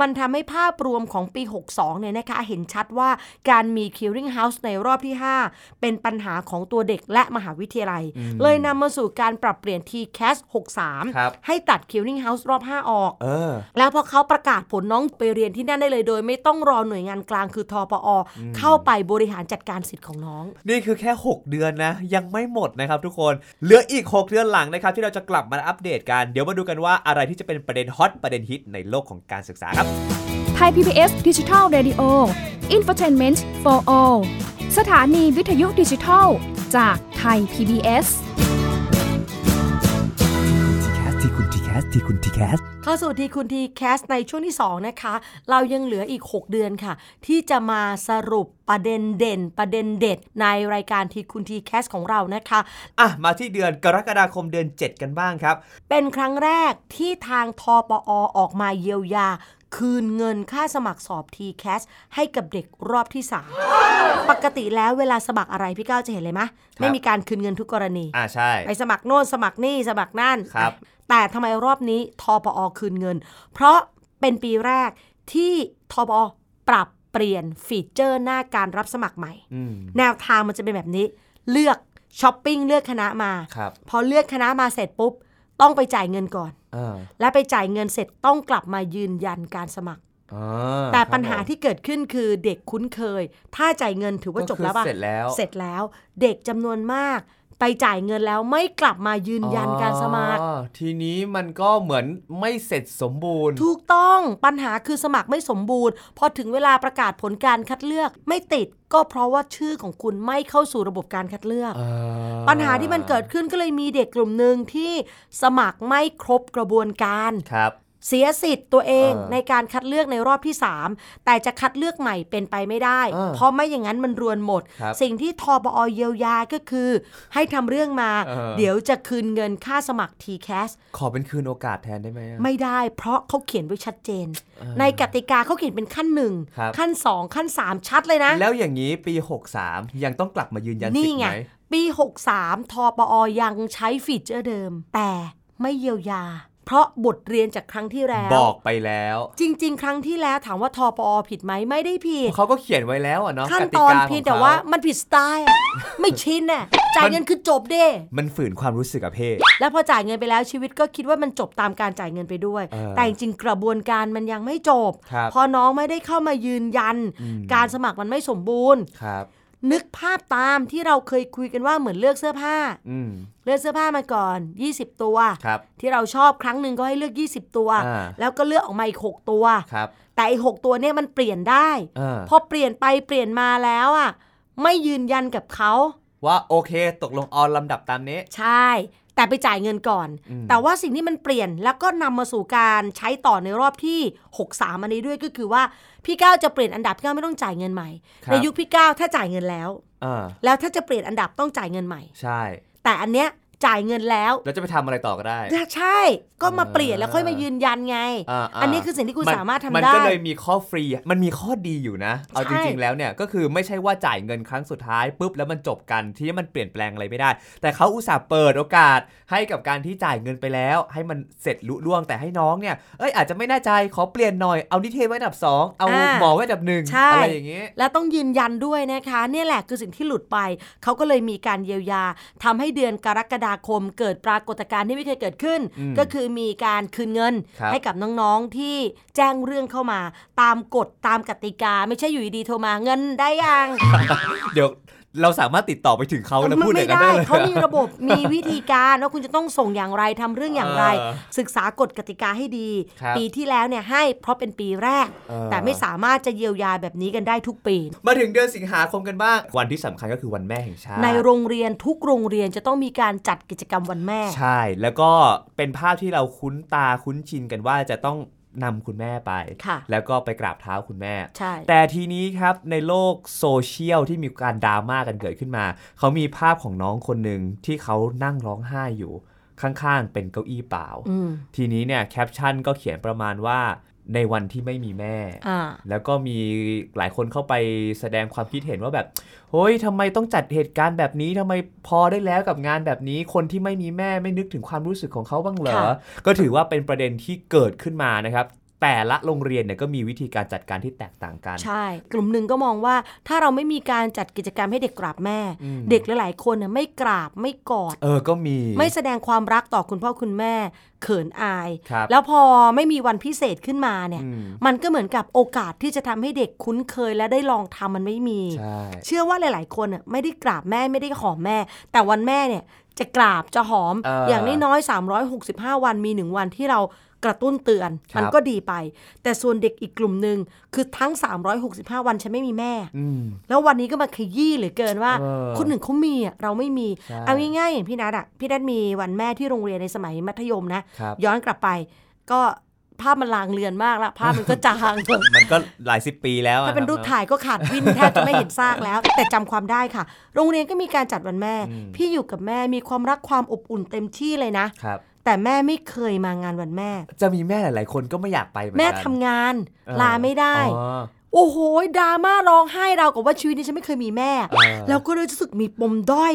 [SPEAKER 2] มันทำให้ภาพรวมของปี 62 เนี่ยนะคะ เห็นชัดว่าการมี clearing house ในรอบที่ 5 เป็นปัญหาของตัวเด็กและมหาวิทยาลัย เลยนำมาสู่การปรับเปลี่ยน TCAS 63
[SPEAKER 3] ครับ
[SPEAKER 2] ให้ตัด clearing house รอบ 5 ออก
[SPEAKER 3] เออ
[SPEAKER 2] แล้วพอเขาประกาศผลน้องไปเรียนที่นั่นได้เลยโดย ไม่ต้องรอหน่วยงานกลางคือทอปอ เข้าไปบริหารจัดการสิทธิ์ของน้อง
[SPEAKER 3] นี่คือแค่ 6 เดือนนะ ยังไม่หมดนะครับทุกคนเหลืออีก 6 เดือนหลังนะครับ ที่เราจะกลับมาอัปเดตกัน เดี๋ยวมาดูกันว่าอะไรที่จะเป็นประเด็นฮอตประเด็นฮิตในโลกของการศึกษาครับ
[SPEAKER 4] ไทย PBS Digital Radio Infotainment for All สถานีวิทยุดิจิทัล จากไทย PBS
[SPEAKER 1] ทีคุณทีแคสทีคุณทีแคส
[SPEAKER 2] เข้าสู่ทีคุณทีแคสในช่วงที่ 2 นะคะ เรายังเหลืออีก 6 เดือนค่ะ ที่จะมาสรุปประเด็นเด่น ประเด็นเด็ด ในรายการทีคุณทีแคสของเรานะคะ
[SPEAKER 3] อ่ะ มาที่เดือนกรกฎาคมเดือน 7 กันบ้างครับ
[SPEAKER 2] เป็นครั้งแรกที่ทางทปอออกมาเยียวยา คืนเงินค่าสมัครสอบ t c a s สให้กับเด็กรอบที่ 3 ปกติแล้วเวลาสมัครอะไรพี่ก้าวจะเห็นเลยไหมไม่มีการคืนเงินทุกกรณี
[SPEAKER 3] อ่าใช่
[SPEAKER 2] ไปสมัครโน่นสมัครนี่สมัครนั่น
[SPEAKER 3] ครับ
[SPEAKER 2] แต่ทำไมรอบนี้ทปอคืนเงิน เพราะเป็นปีแรกที่ทปอปรับเปลี่ยนฟีเจอร์หน้าการรับสมัครใหม่
[SPEAKER 3] อืม
[SPEAKER 2] แนวทางมันจะเป็นแบบนี้ เลือกช้อปปิ้งเลือกคณะมา
[SPEAKER 3] ครับ
[SPEAKER 2] พอเลือกคณะมาเสร็จปุ๊บ ต้องไปจ่ายเงินก่อน
[SPEAKER 3] อ่า
[SPEAKER 2] และไปจ่ายเงินเสร็จต้องกลับมายืนยันการสมัคร
[SPEAKER 3] อ่า
[SPEAKER 2] แต่ปัญหา
[SPEAKER 3] ครับผม
[SPEAKER 2] ที่เกิดขึ้นคือเด็กคุ้นเคย ถ้าจ่ายเงินถือว่า
[SPEAKER 3] ก็
[SPEAKER 2] จบ
[SPEAKER 3] คือ
[SPEAKER 2] แล้วป่ะ
[SPEAKER 3] เสร็จแล้ว
[SPEAKER 2] เสร็จแล้ว เด็กจำนวนมาก ไปจ่ายเงินแล้วไม่กลับมายืนยันการสมัคร
[SPEAKER 3] อ๋อทีนี้มันก็เหมือนไม่เสร็จสมบูรณ์
[SPEAKER 2] ถูกต้องปัญหาคือสมัครไม่สมบูรณ์ พอถึงเวลาประกาศผลการคัดเลือกไม่ติดก็เพราะว่าชื่อของคุณไม่เข้าสู่ระบบการคัดเลือก
[SPEAKER 3] อ่า
[SPEAKER 2] ปัญหาที่มันเกิดขึ้นก็เลยมีเด็กกลุ่มหนึ่งที่สมัครไม่ครบกระบวนการ
[SPEAKER 3] ครับ
[SPEAKER 2] เสียสิทธิ์ตัวเอง
[SPEAKER 3] เออ
[SPEAKER 2] ในการคัดเลือกในรอบที่ 3 แต่จะคัดเลือกใหม่เป็นไปไม่ได้
[SPEAKER 3] เออ
[SPEAKER 2] เพราะไม่อย่างนั้นมันรวนหมด
[SPEAKER 3] ครับ
[SPEAKER 2] สิ่งที่ทบอเยียวยาก็คือ ให้ทำเรื่องมา
[SPEAKER 3] เออ
[SPEAKER 2] เดี๋ยวจะคืนเงินค่าสมัคร t c a s
[SPEAKER 3] ขอเป็นคืนโอกาสแทนได้ไหมอะ
[SPEAKER 2] ไม่ได้เพราะเขาเขียนไว้ชัดเจน ในกติกาเขาเขียนเป็นขั้นหนึ่ง
[SPEAKER 3] ครับ
[SPEAKER 2] ขั้น 2 ขั้น 3 ชัดเลยนะ
[SPEAKER 3] แล้วอย่างนี้ปี 63 ยังต้องกลับมายืนยันสิท
[SPEAKER 2] นี่
[SPEAKER 3] ธิ์
[SPEAKER 2] ไง
[SPEAKER 3] ไหม
[SPEAKER 2] ปี 63ทปอยังใช้ฟีเจอร์เดิม แต่ไม่เยียวยา เพราะบทเรียนจากครั้งที่แล้ว
[SPEAKER 3] บอกไปแล้ว
[SPEAKER 2] จริง ๆ ครั้งที่แล้วถามว่าทปอผิดไหมไม่ได้ผิด
[SPEAKER 3] เขาก็เขียนไว้แล้วอะเนาะ
[SPEAKER 2] ขั้น
[SPEAKER 3] ก
[SPEAKER 2] ต
[SPEAKER 3] กา
[SPEAKER 2] อน
[SPEAKER 3] ของ
[SPEAKER 2] เพียง
[SPEAKER 3] เข
[SPEAKER 2] แต่ว่ามันผิดสไตล์อะไม่ชินน่ะจ่ายเงินคือจบเด้
[SPEAKER 3] มันฝืนความรู้สึกอะเพ่
[SPEAKER 2] แล้วพอจ่ายเงินไปแล้วชีวิตก็คิดว่ามันจบตามการจ่ายเงินไปด้วย
[SPEAKER 3] เออ
[SPEAKER 2] แต่จริงๆกระบวนการมันยังไม่จบ
[SPEAKER 3] ครับ
[SPEAKER 2] พอน้องไม่ได้เข้ามายืนยัน
[SPEAKER 3] อืม
[SPEAKER 2] การสมัครมันไม่สมบูรณ์
[SPEAKER 3] ครับ
[SPEAKER 2] นึกภาพตามที่เราเคยคุยกันว่าเหมือนเลือกเสื้อผ้า
[SPEAKER 3] อืม
[SPEAKER 2] เลือกเสื้อผ้ามาก่อน 20 ตัว
[SPEAKER 3] ครับ
[SPEAKER 2] ที่เราชอบครั้งหนึ่งก็ให้เลือก 20 ตัว
[SPEAKER 3] อ่า
[SPEAKER 2] แล้วก็เลือกออกมาอีก 6 ตัว
[SPEAKER 3] ครับ
[SPEAKER 2] แต่ไอีก 6 ตัวเนี่ยมันเปลี่ยนได้
[SPEAKER 3] เออ
[SPEAKER 2] พอเปลี่ยนไปเปลี่ยนมาแล้วอ่ะ ไม่ยืนยันกับเขา
[SPEAKER 3] ว่าโอเค ตกลงออนลำดับตามนี้
[SPEAKER 2] ใช่ แต่ไปจ่ายเงินก่อน แต่ว่าสิ่งที่มันเปลี่ยนแล้วก็นำมาสู่การใช้ต่อในรอบที่ 63 อันนี้ด้วยก็คือว่า พี่ก้าวจะเปลี่ยนอันดับพี่ก้าวไม่ต้องจ่ายเงินใหม่
[SPEAKER 3] ครับ
[SPEAKER 2] ในยุคพี่ก้าวถ้าจ่ายเงินแล้ว
[SPEAKER 3] อ่า
[SPEAKER 2] แล้วถ้าจะเปลี่ยนอันดับต้องจ่ายเงินใหม่
[SPEAKER 3] ใช่
[SPEAKER 2] แต่อันเนี้ย จ่ายเงินแล้ว
[SPEAKER 3] แล้วจะไปทำอะไรต่อก็ได้
[SPEAKER 2] ใช่ ก็มา
[SPEAKER 3] อ่า
[SPEAKER 2] เปลี่ยนแล้วค่อยมายืนยันไง
[SPEAKER 3] อ่า
[SPEAKER 2] อันนี้คือสิ่งที่คุณ
[SPEAKER 3] น
[SPEAKER 2] สามารถทำ
[SPEAKER 3] มัน
[SPEAKER 2] ได้
[SPEAKER 3] ก็เลยมีข้อฟรี มันมีข้อดีอยู่นะ เอา
[SPEAKER 2] ใช่
[SPEAKER 3] จริง ๆ แล้วเนี่ย ก็คือไม่ใช่ว่าจ่ายเงินครั้งสุดท้ายปุ๊บแล้วมันจบกันที่มันเปลี่ยนแปลงอะไรไม่ได้ แต่เขาอุตส่าห์เปิดโอกาสให้กับการที่จ่ายเงินไปแล้ว ให้มันเสร็จลุล่วงแต่ให้น้องเนี่ย เอ้ยอาจจะไม่แน่ใจขอเปลี่ยนหน่อย เอานิเทศไว้อันดับสองเอาหมอไว้อันดับหนึ่ง
[SPEAKER 2] ใช่
[SPEAKER 3] อะไรอย่างเงี้ย
[SPEAKER 2] และต้องยืนยันด้วยนะคะเนี่ยแหละคือสิ่งที่หลุดไป เขาก็เลยมีการเยียวยาทำให้เดือนกรกฎาคมเกิดปรากฏการณ์ที่ไม่เคยเกิดขึ้น
[SPEAKER 3] อืม
[SPEAKER 2] ก็คือมีการคืนเงิน
[SPEAKER 3] ครับ
[SPEAKER 2] ให้กับน้องๆที่แจ้งเรื่องเข้ามา ตามกฎตามกติกา ไม่ใช่อยู่ดีๆโทรมาเงินได้ยัง
[SPEAKER 3] เดี๋ยวเราสามารถติดต่อไปถึงเขาแล้วพูดอ
[SPEAKER 2] ไม่
[SPEAKER 3] ย่างนั้น
[SPEAKER 2] ได้
[SPEAKER 3] ได้เลย
[SPEAKER 2] เขามี
[SPEAKER 3] อะ
[SPEAKER 2] ระบบมีวิธีการว่าคุณจะต้องส่งอย่างไรทำเรื่องอย่างไร
[SPEAKER 3] เออ
[SPEAKER 2] ศึกษากฎกติกาให้ดี
[SPEAKER 3] ครับ
[SPEAKER 2] ปีที่แล้วเนี่ยให้เพราะเป็นปีแรก
[SPEAKER 3] เออ
[SPEAKER 2] แต่ไม่สามารถจะเยียวยาแบบนี้กันได้ทุกปี
[SPEAKER 3] มาถึงเดือนสิงหาคมกันบ้างวันที่สำคัญก็คือวันแม่แห่งชาติ
[SPEAKER 2] ในโรงเรียนทุกโรงเรียนจะต้องมีการจัดกิจกรรมวันแม่
[SPEAKER 3] ใช่แล้วก็เป็นภาพที่เราคุ้นตาคุ้นชินกันว่าจะต้องนำคุณแม่ไป
[SPEAKER 2] ค่ะ
[SPEAKER 3] แล้วก็ไปกราบเท้าคุณแม่
[SPEAKER 2] ใช่
[SPEAKER 3] แต่ทีนี้ครับในโลกโซเชียลที่มีการดราม่ากันเกิดขึ้นมา เขามีภาพของน้องคนหนึ่งที่เขานั่งร้องไห้อยู่ ข้างๆ เป็นเก้าอี้เปล่า
[SPEAKER 2] อืม
[SPEAKER 3] ทีนี้เนี่ยแคปชั่นก็เขียนประมาณว่าในวันที่ไม่มีแม่
[SPEAKER 2] อ่า
[SPEAKER 3] แล้วก็มีหลายคนเข้าไปแสดงความคิดเห็นว่าแบบเฮ้ยทำไมต้องจัดเหตุการณ์แบบนี้ทำไมพอได้แล้วกับงานแบบนี้ คนที่ไม่มีแม่ไม่นึกถึงความรู้สึกของเขาบ้างเหรอ
[SPEAKER 2] ค่ะ
[SPEAKER 3] ก็ถือว่าเป็นประเด็นที่เกิดขึ้นมานะครับ แต่ละโรงเรียนเนี่ยก็มีวิธีการจัดการที่แตกต่างกัน
[SPEAKER 2] ใช่ กลุ่มหนึ่งก็มองว่าถ้าเราไม่มีการจัดกิจกรรมให้เด็กกราบแม่
[SPEAKER 3] อืม
[SPEAKER 2] เด็กหลายๆคนน่ะไม่กราบไม่กอด
[SPEAKER 3] เออก็มี
[SPEAKER 2] ไม่แสดงความรักต่อคุณพ่อคุณแม่ เขินอาย
[SPEAKER 3] ครับ
[SPEAKER 2] แล้วพอไม่มีวันพิเศษขึ้นมาเนี่ย
[SPEAKER 3] อืม
[SPEAKER 2] มันก็เหมือนกับโอกาสที่จะทำให้เด็กคุ้นเคยและได้ลองทำมันไม่มี
[SPEAKER 3] ใช่
[SPEAKER 2] เชื่อว่าหลาย ๆ คนน่ะไม่ได้กราบแม่ไม่ได้หอมแม่ แต่วันแม่เนี่ยจะกราบจะหอม
[SPEAKER 3] เอออย่าง
[SPEAKER 2] น้อยๆ365 วันมีหนึ่งวันที่เรากระตุ้นเตือน
[SPEAKER 3] ครับ
[SPEAKER 2] มัก็ดีไป แต่ส่วนเด็กอีกกลุ่มหนึ่งคือทั้ง 365 วันฉันไม่มีแม่
[SPEAKER 3] อืม
[SPEAKER 2] แล้ววันนี้ก็มาขยี้เหลือเกินว่า
[SPEAKER 3] เออ
[SPEAKER 2] คนหนึ่งเขามีอะเราไม่มี
[SPEAKER 3] ใช่
[SPEAKER 2] เอาง่ายๆอย่างพี่นัทอะพี่นัทมีวันแม่ที่โรงเรียนในสมัยมัธยมนะ
[SPEAKER 3] ครับ
[SPEAKER 2] ย้อนกลับไป ก็ภาพมันลางเลือนมากละภาพมันก็จาง
[SPEAKER 3] มันก็หลายสิบปีแล้วอะ
[SPEAKER 2] ถ้าเป็นรูปถ่ายก็ขาดวิน แทบจะไม่เห็นซากแล้ว แต่จำความได้ค่ะ โรงเรียนก็มีการจัดวันแม่ พี่อยู่กับแม่มีความรักความอบอุ่นเต็มที่เลยนะ
[SPEAKER 3] ครับ
[SPEAKER 2] แต่แม่ไม่เคยมางานวันแม่
[SPEAKER 3] จะมีแม่หลาย ๆ คนก็ไม่อยากไปเหมือนกั
[SPEAKER 2] แม่
[SPEAKER 3] น
[SPEAKER 2] ทำงาน
[SPEAKER 3] เออ
[SPEAKER 2] ลาไม่ได้
[SPEAKER 3] อ๋อ
[SPEAKER 2] โอ้โหดราม่าร้องไห้เราวกับว่าชีวิตนี้ฉันไม่เคยมีแม่
[SPEAKER 3] เออ
[SPEAKER 2] แล้วก็เลยรู้สึกมีปมด้อย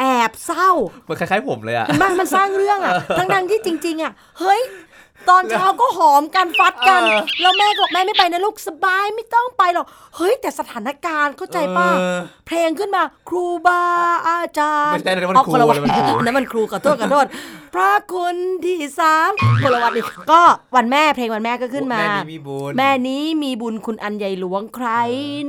[SPEAKER 2] แอบเศร้า
[SPEAKER 3] มันคล้ายๆผมเลยอะ
[SPEAKER 2] มันมันสร้างเรื่องอ่ะ ทั้งดังๆที่จริง ๆ อ่ะ เฮ้ย ตอนเช้าก็หอมกันฟัดกัน
[SPEAKER 3] เออ
[SPEAKER 2] แล้วแม่ก็บอกแม่ไม่ไปนะลูกสบายไม่ต้องไปหรอก เฮ้ย แต่สถานการณ์เข้าใจป่ะ
[SPEAKER 3] เออ
[SPEAKER 2] เพลงขึ้นมาครูบาอาจารย์
[SPEAKER 3] ไม่ใช่นะมัน
[SPEAKER 2] เอาละวั
[SPEAKER 3] ครู
[SPEAKER 2] น
[SPEAKER 3] นะมันครู
[SPEAKER 2] นั่น มันครูขอโทษขอโทษพระคุณที่สามคนละวันอีกก็วันแม่เพลงวันแม่ก็ขึ้นมา
[SPEAKER 3] แม่นี้มีบุญ
[SPEAKER 2] แม่นี้มีบุญคุณอันใหญ่หลวงใคร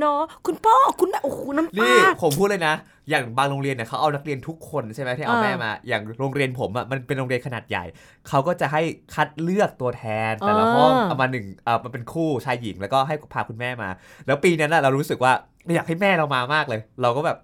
[SPEAKER 2] เนาะคุณพ่อคุณแม่โอ้โหน้ำ
[SPEAKER 3] นี่
[SPEAKER 2] ตา
[SPEAKER 3] ผมพูดเลยนะ อย่างบางโรงเรียนเนี่ยเขาเอานักเรียนทุกคนใช่ไหมที่เอา
[SPEAKER 2] อ่า
[SPEAKER 3] แม่มา อย่างโรงเรียนผมอ่ะมันเป็นโรงเรียนขนาดใหญ่ เขาก็จะให้คัดเลือกตัวแทนแต่ละ
[SPEAKER 2] อ่า
[SPEAKER 3] ห้องเอามาหนึ่งเอ่อมันเป็นคู่ชายหญิงแล้วก็ให้พาคุณแม่มา แล้วปีนั้นน่ะเรารู้สึกว่าอยากให้แม่เรามามากเลย เราก็แบบ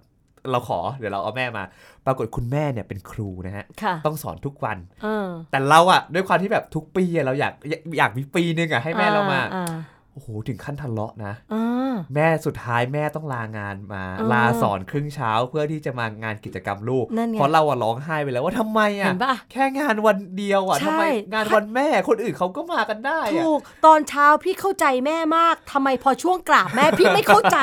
[SPEAKER 3] เราขอเดี๋ยวเราเอาแม่มา ปรากฏคุณแม่เนี่ยเป็นครูนะฮะ
[SPEAKER 2] ค่ะ
[SPEAKER 3] ต้องสอนทุกวัน
[SPEAKER 2] เออ
[SPEAKER 3] แต่เราอ่ะด้วยความที่แบบทุกปีอะเราอยากอยากอยากมีปีนึงอ่ะให้แม่เรามา
[SPEAKER 2] อ่า
[SPEAKER 3] โอ้โหถึงขั้นทะเลาะนะ
[SPEAKER 2] อ่า
[SPEAKER 3] แม่สุดท้ายแม่ต้องลางานมา
[SPEAKER 2] เออ
[SPEAKER 3] ลาสอนครึ่งเช้าเพื่อที่จะมางานกิจกรรมลูก
[SPEAKER 2] นั่นไง
[SPEAKER 3] เพราะเราอะร้องไห้ไปแล้วว่าทำไม
[SPEAKER 2] เห็
[SPEAKER 3] อะ
[SPEAKER 2] นปะ
[SPEAKER 3] แค่งานวันเดียวอะ
[SPEAKER 2] ใช่
[SPEAKER 3] ทำไมงานวันแม่คนอื่นเขาก็มากันได้อะ
[SPEAKER 2] ถูกตอนเช้าพี่เข้าใจแม่มากทำไมพอช่วงกราบแม่พี่ไม่เข้าใจ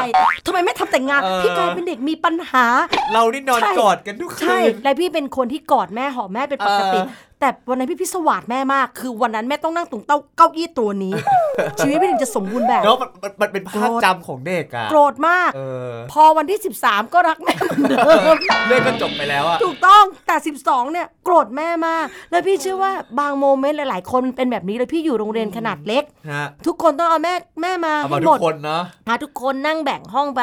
[SPEAKER 2] ทำไมแม่ทำแต่งาน พี่กลายเป็นเด็กมีปัญหา
[SPEAKER 3] เรานี่นอน
[SPEAKER 2] ใช่
[SPEAKER 3] กอดกันทุกคื
[SPEAKER 2] ใช่
[SPEAKER 3] น
[SPEAKER 2] และพี่เป็นคนที่กอดแม่หอมแม่เป็นปกติ
[SPEAKER 3] เออ
[SPEAKER 2] แต่วันนั้นพี่พิสวาสแม่มาก คือวันนั้นแม่ต้องนั่งตรงเต้าเก้าอี้ตัว นี้ ชีวิตพี่ถึงจะสมบูรณ์แบบ
[SPEAKER 3] เนาะมันมันมันเป็นภาพ
[SPEAKER 2] โกรธ
[SPEAKER 3] จำของเด็กอะ
[SPEAKER 2] โกรธมาก
[SPEAKER 3] เออ
[SPEAKER 2] พอวันที่ 13 ก็รักแม่เหมือนเดิม
[SPEAKER 3] เรื่องก็จบไปแล้วอะ
[SPEAKER 2] ถูกต้องแต่ 12 เนี่ยโกรธแม่มาก แล้วพี่เชื่อว่าบางโมเมนต์หลาย ๆ คนมันเป็นแบบนี้เลยพี่อยู่โรงเรียนขนาดเล็ก
[SPEAKER 3] ฮะ
[SPEAKER 2] ทุกคนต้องเอาแม่แม่มา
[SPEAKER 3] เอามา
[SPEAKER 2] ให้
[SPEAKER 3] ทุ
[SPEAKER 2] หม
[SPEAKER 3] ก
[SPEAKER 2] ด
[SPEAKER 3] คนเนาะ
[SPEAKER 2] พาทุกคนนั่งแบ่งห้องไป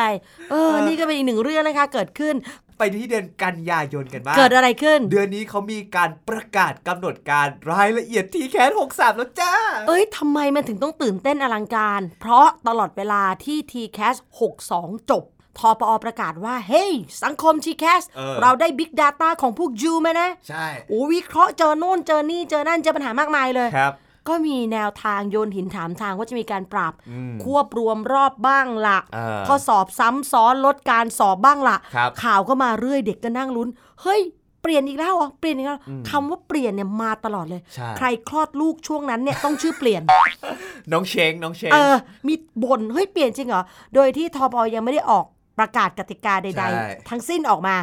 [SPEAKER 2] เออ
[SPEAKER 3] เออ
[SPEAKER 2] นี่ก็เป็นอีกหนึ่งเรื่องนะคะ เกิดขึ้น
[SPEAKER 3] ไปที่เดือนกันยายนกันบ้าง
[SPEAKER 2] เกิดอะไรขึ้น
[SPEAKER 3] เดือนนี้เขามีการประกาศกำหนดการรายละเอียดที่แค้น63แล้วจ้า
[SPEAKER 2] เอ้ย ทำไมมันถึงต้องตื่นเต้นอลังการ เพราะตลอดเวลาที่ TCAS 62 จบ ทปอประกาศว่า เฮ้ย สังคม TCAS
[SPEAKER 3] เออ
[SPEAKER 2] เราได้ Big Data ของพวกยูมานะ
[SPEAKER 3] ใช่
[SPEAKER 2] โอ้วิเคราะห์เจอโน่นเจอนี่เจอนั่นเจอปัญหามากมายเลย
[SPEAKER 3] ครับ
[SPEAKER 2] ก็มีแนวทางโยนหินถามทางว่าจะมีการปรับ
[SPEAKER 3] อืม
[SPEAKER 2] ควบรวมรอบบ้างละ
[SPEAKER 3] เออ
[SPEAKER 2] ข้อสอบซ้ำซ้อนลดการสอบบ้างละ
[SPEAKER 3] ครับ
[SPEAKER 2] ข่าวก็มาเรื่อยเด็กก็นั่งลุ้น เฮ้ย เปลี่ยนอีกแล้วเหรอเปลี่ยนอีกแล้วคำว่าเปลี่ยนเนี่ยมาตลอดเลย
[SPEAKER 3] ใช่
[SPEAKER 2] ใครคลอดลูกช่วงนั้นเนี่ยต้องชื่อเปลี่ยน
[SPEAKER 3] น้องเชงน้องเชง
[SPEAKER 2] เออ มีบ่นเฮ้ยเปลี่ยนจริงเหรอ โดยที่ทบยังไม่ได้ออกประกาศกติกาใ
[SPEAKER 3] ใช่
[SPEAKER 2] ด ๆ ทั้งสิ้นออกมา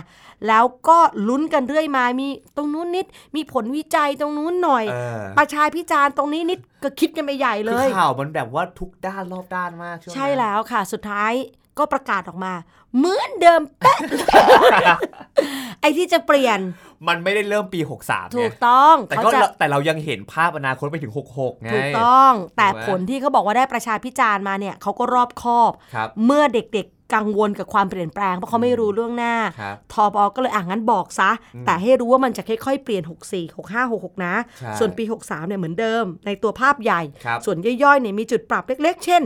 [SPEAKER 2] แล้วก็ลุ้นกันเรื่อยมา มีตรงนู้นนิด มีผลวิจัยตรงนู้นหน่อย
[SPEAKER 3] เออ
[SPEAKER 2] ประชาพิจารณ์ตรงนี้นิดก็คิดกันไปใหญ่เล
[SPEAKER 3] คือย ข่าวมันแบบว่าทุกด้านรอบด้านมากช่วงนั้น
[SPEAKER 2] ใช่แล้วค่ะ สุดท้ายก็ประกาศออกมา เหมือนเดิมเป๊ะ เลยไอ้ที่จะเปลี่ยน
[SPEAKER 3] มันไม่ได้เริ่มปี 63
[SPEAKER 2] ถู
[SPEAKER 3] เนี่
[SPEAKER 2] ก
[SPEAKER 3] ย
[SPEAKER 2] ต้อง
[SPEAKER 3] แต่
[SPEAKER 2] เขา
[SPEAKER 3] ก็
[SPEAKER 2] จะ
[SPEAKER 3] เราแต่เรายังเห็นภาพอนาคตไปถึง 66 ไง
[SPEAKER 2] ถูกต้อง แต่
[SPEAKER 3] ถูกไหม
[SPEAKER 2] ผลที่เขาบอกว่าได้ประชาพิจารณ์มาเนี่ยเขาก็รอบคอบ
[SPEAKER 3] ครับ
[SPEAKER 2] เมื่อเด็กๆกังวลกับความเปลี่ยนแปลง เพราะเขาไม่รู้เรื่องหน้า
[SPEAKER 3] ครับ
[SPEAKER 2] ทบก็เลยอ่ะงั้นบอกซะ แต่ให้รู้ว่ามันจะค่อยๆเปลี่ยน 64 65 66 นะ
[SPEAKER 3] ใช่
[SPEAKER 2] ส่วนปี 63 เนี่ยเหมือนเดิม ในตัวภาพใหญ่
[SPEAKER 3] ครับ
[SPEAKER 2] ส่วนย่อยๆเนี่ยมีจุดปรับเล็กๆ เช่น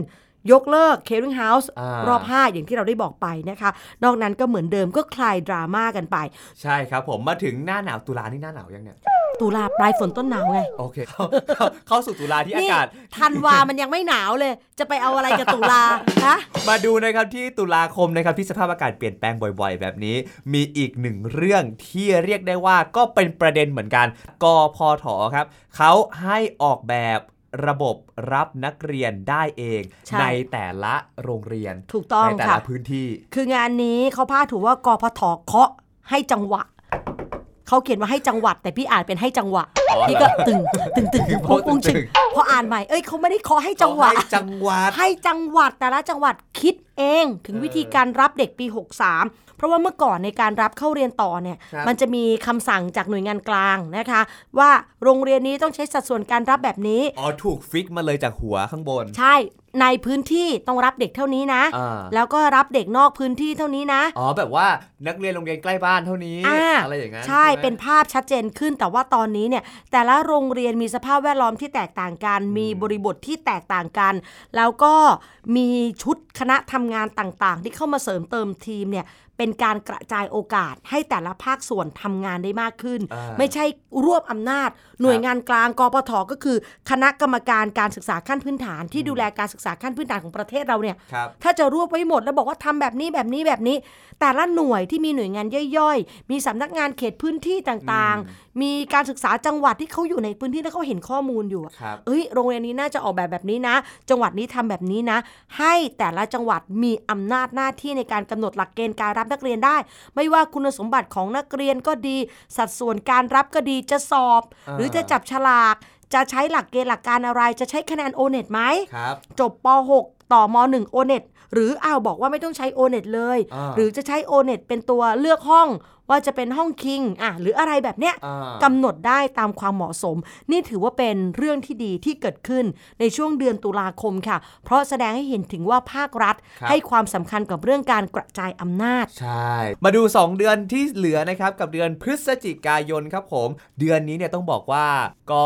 [SPEAKER 2] ยกเลิก Caring House
[SPEAKER 3] อ่าร ร
[SPEAKER 2] อบ 5 อย่างที่เราได้บอกไปนะคะ นอกนั้นก็เหมือนเดิมก็คลายดราม่ากันไป
[SPEAKER 3] ใช่ครับผมมาถึงหน้าหนาวตุลานี่หน้าหนาวยังเนี่ย
[SPEAKER 2] ตุลาปลายฝนต้นหนาวไง
[SPEAKER 3] โอเคเข้าเข้าเข้าสู่ตุลาที่อา
[SPEAKER 2] นี่
[SPEAKER 3] กาศ
[SPEAKER 2] ธันวามันยังไม่หนาวเลย จะไปเอาอะไรกับตุลา ฮะ
[SPEAKER 3] มาดูนะครับที่ตุลาคมนะครับที่สภาพอากาศเปลี่ยนแปลงบ่อยๆ แบบนี้ มีอีกหนึ่งเรื่องที่เรียกได้ว่าก็เป็นประเด็นเหมือนกันกพทครับเขาให้ออกแบบระบบรับนักเรียนได้เอง
[SPEAKER 2] ใช่
[SPEAKER 3] แต่ละโรงเรียน
[SPEAKER 2] ถูกต้อง
[SPEAKER 3] ในแต่
[SPEAKER 2] ค่ะ
[SPEAKER 3] ละพื้นที่
[SPEAKER 2] คืองานนี้เขาพาดถูกว่ากพทเคาะให้จังหวะ เขาเขียนว่าให้จังหวัด แต่พี่อ่านเป็นให้จังหวะ
[SPEAKER 3] อ๋อ
[SPEAKER 2] นี่ก็ตึงตึงตึง
[SPEAKER 3] คือ
[SPEAKER 2] ปุ้งปุ้ง
[SPEAKER 3] ตึ
[SPEAKER 2] ชิ
[SPEAKER 3] ง
[SPEAKER 2] งพออ่านใหม่เอ้ยเขาไม่ได้เคาะให้จังหวะ
[SPEAKER 3] เขาใจังหวัด
[SPEAKER 2] ให้จังหวัดแต่ละจังหวัดคิดเอง ถึงวิธีการรับเด็กปี 63 เพราะว่าเมื่อก่อนในการรับเข้าเรียนต่อเนี่ย
[SPEAKER 3] ครับ
[SPEAKER 2] มันจะมีคำสั่งจากหน่วยงานกลางนะคะ ว่าโรงเรียนนี้ต้องใช้สัดส่วนการรับแบบนี้
[SPEAKER 3] อ๋อถูกฟิกมาเลยจากหัวข้างบน
[SPEAKER 2] ใช่ ในพื้นที่ต้องรับเด็กเท่านี้นะ
[SPEAKER 3] อ่า
[SPEAKER 2] แล้วก็รับเด็กนอกพื้นที่เท่านี้นะ
[SPEAKER 3] อ๋อแบบว่านักเรียนโรงเรียนใกล้บ้านเท่านี้
[SPEAKER 2] อ่า
[SPEAKER 3] อะไรอย่างนั้น
[SPEAKER 2] ใช่
[SPEAKER 3] ไหม
[SPEAKER 2] เป็นภาพชัดเจนขึ้นแต่ว่าตอนนี้เนี่ยแต่ละโรงเรียนมีสภาพแวดล้อมที่แตกต่างกัน มีบริบทที่แตกต่างกัน แล้วก็มีชุดคณะทำงานต่างๆ ที่เข้ามาเสริมเติมทีมเนี่ยเป็นการกระจายโอกาสให้แต่ละภาคส่วนทำงานได้มากขึ้น
[SPEAKER 3] อ่า
[SPEAKER 2] ไม่ใช่รวบอำนาจ หน่วยงานกลางกปทก็คือ คณะกรรมการการศึกษาขั้นพื้นฐาน ที่ดูแลการศึกษาขั้นพื้นฐานของประเทศเราเนี่ย
[SPEAKER 3] ครับ
[SPEAKER 2] ถ้าจะรวบไว้หมดแล้วบอกว่าทำแบบนี้แบบนี้แบบนี้ แต่ละหน่วยที่มีหน่วยงานย่อยๆ มีสำนักงานเขตพื้นที่ต่างๆ มีการศึกษาจังหวัดที่เขาอยู่ในพื้นที่แล้วเขาเห็นข้อมูลอยู่อะ
[SPEAKER 3] ครับ
[SPEAKER 2] เอ้ยโรงเรียนนี้น่าจะออกแบบแบบนี้นะ จังหวัดนี้ทำแบบนี้นะ ให้แต่ละจังหวัดมีอำนาจหน้าที่ในการกำหนดหลักเกณฑ์การรับนักเรียนได้ ไม่ว่าคุณสมบัติของนักเรียนก็ดี สัดส่วนการรับก็ดีจะสอบ หรือจะจับฉลาก จะใช้หลักเกณฑ์หลักการอะไร จะใช้คะแนนโอเน็ตไหม
[SPEAKER 3] ครับ
[SPEAKER 2] จบป .6 ต่อม .1 โอเน็ตหรืออ้าวบอกว่าไม่ต้องใช้โอเน็ตเลย
[SPEAKER 3] อ่า
[SPEAKER 2] หรือจะใช้โอเน็ตเป็นตัวเลือกห้องว่าจะเป็นห้องคิงอ่ะหรืออะไรแบบเนี้ย
[SPEAKER 3] อ่าก
[SPEAKER 2] กำหนดได้ตามความเหมาะสม นี่ถือว่าเป็นเรื่องที่ดีที่เกิดขึ้นในช่วงเดือนตุลาคมค่ะ เพราะแสดงให้เห็นถึงว่าภาครัฐ
[SPEAKER 3] ครับ
[SPEAKER 2] ให้ความสำคัญกับเรื่องการกระจายอำนาจ
[SPEAKER 3] ใช่ มาดู 2 เดือนที่เหลือนะครับ กับเดือนพฤศจิกายนครับผม เดือนนี้เนี่ยต้องบอกว่าก็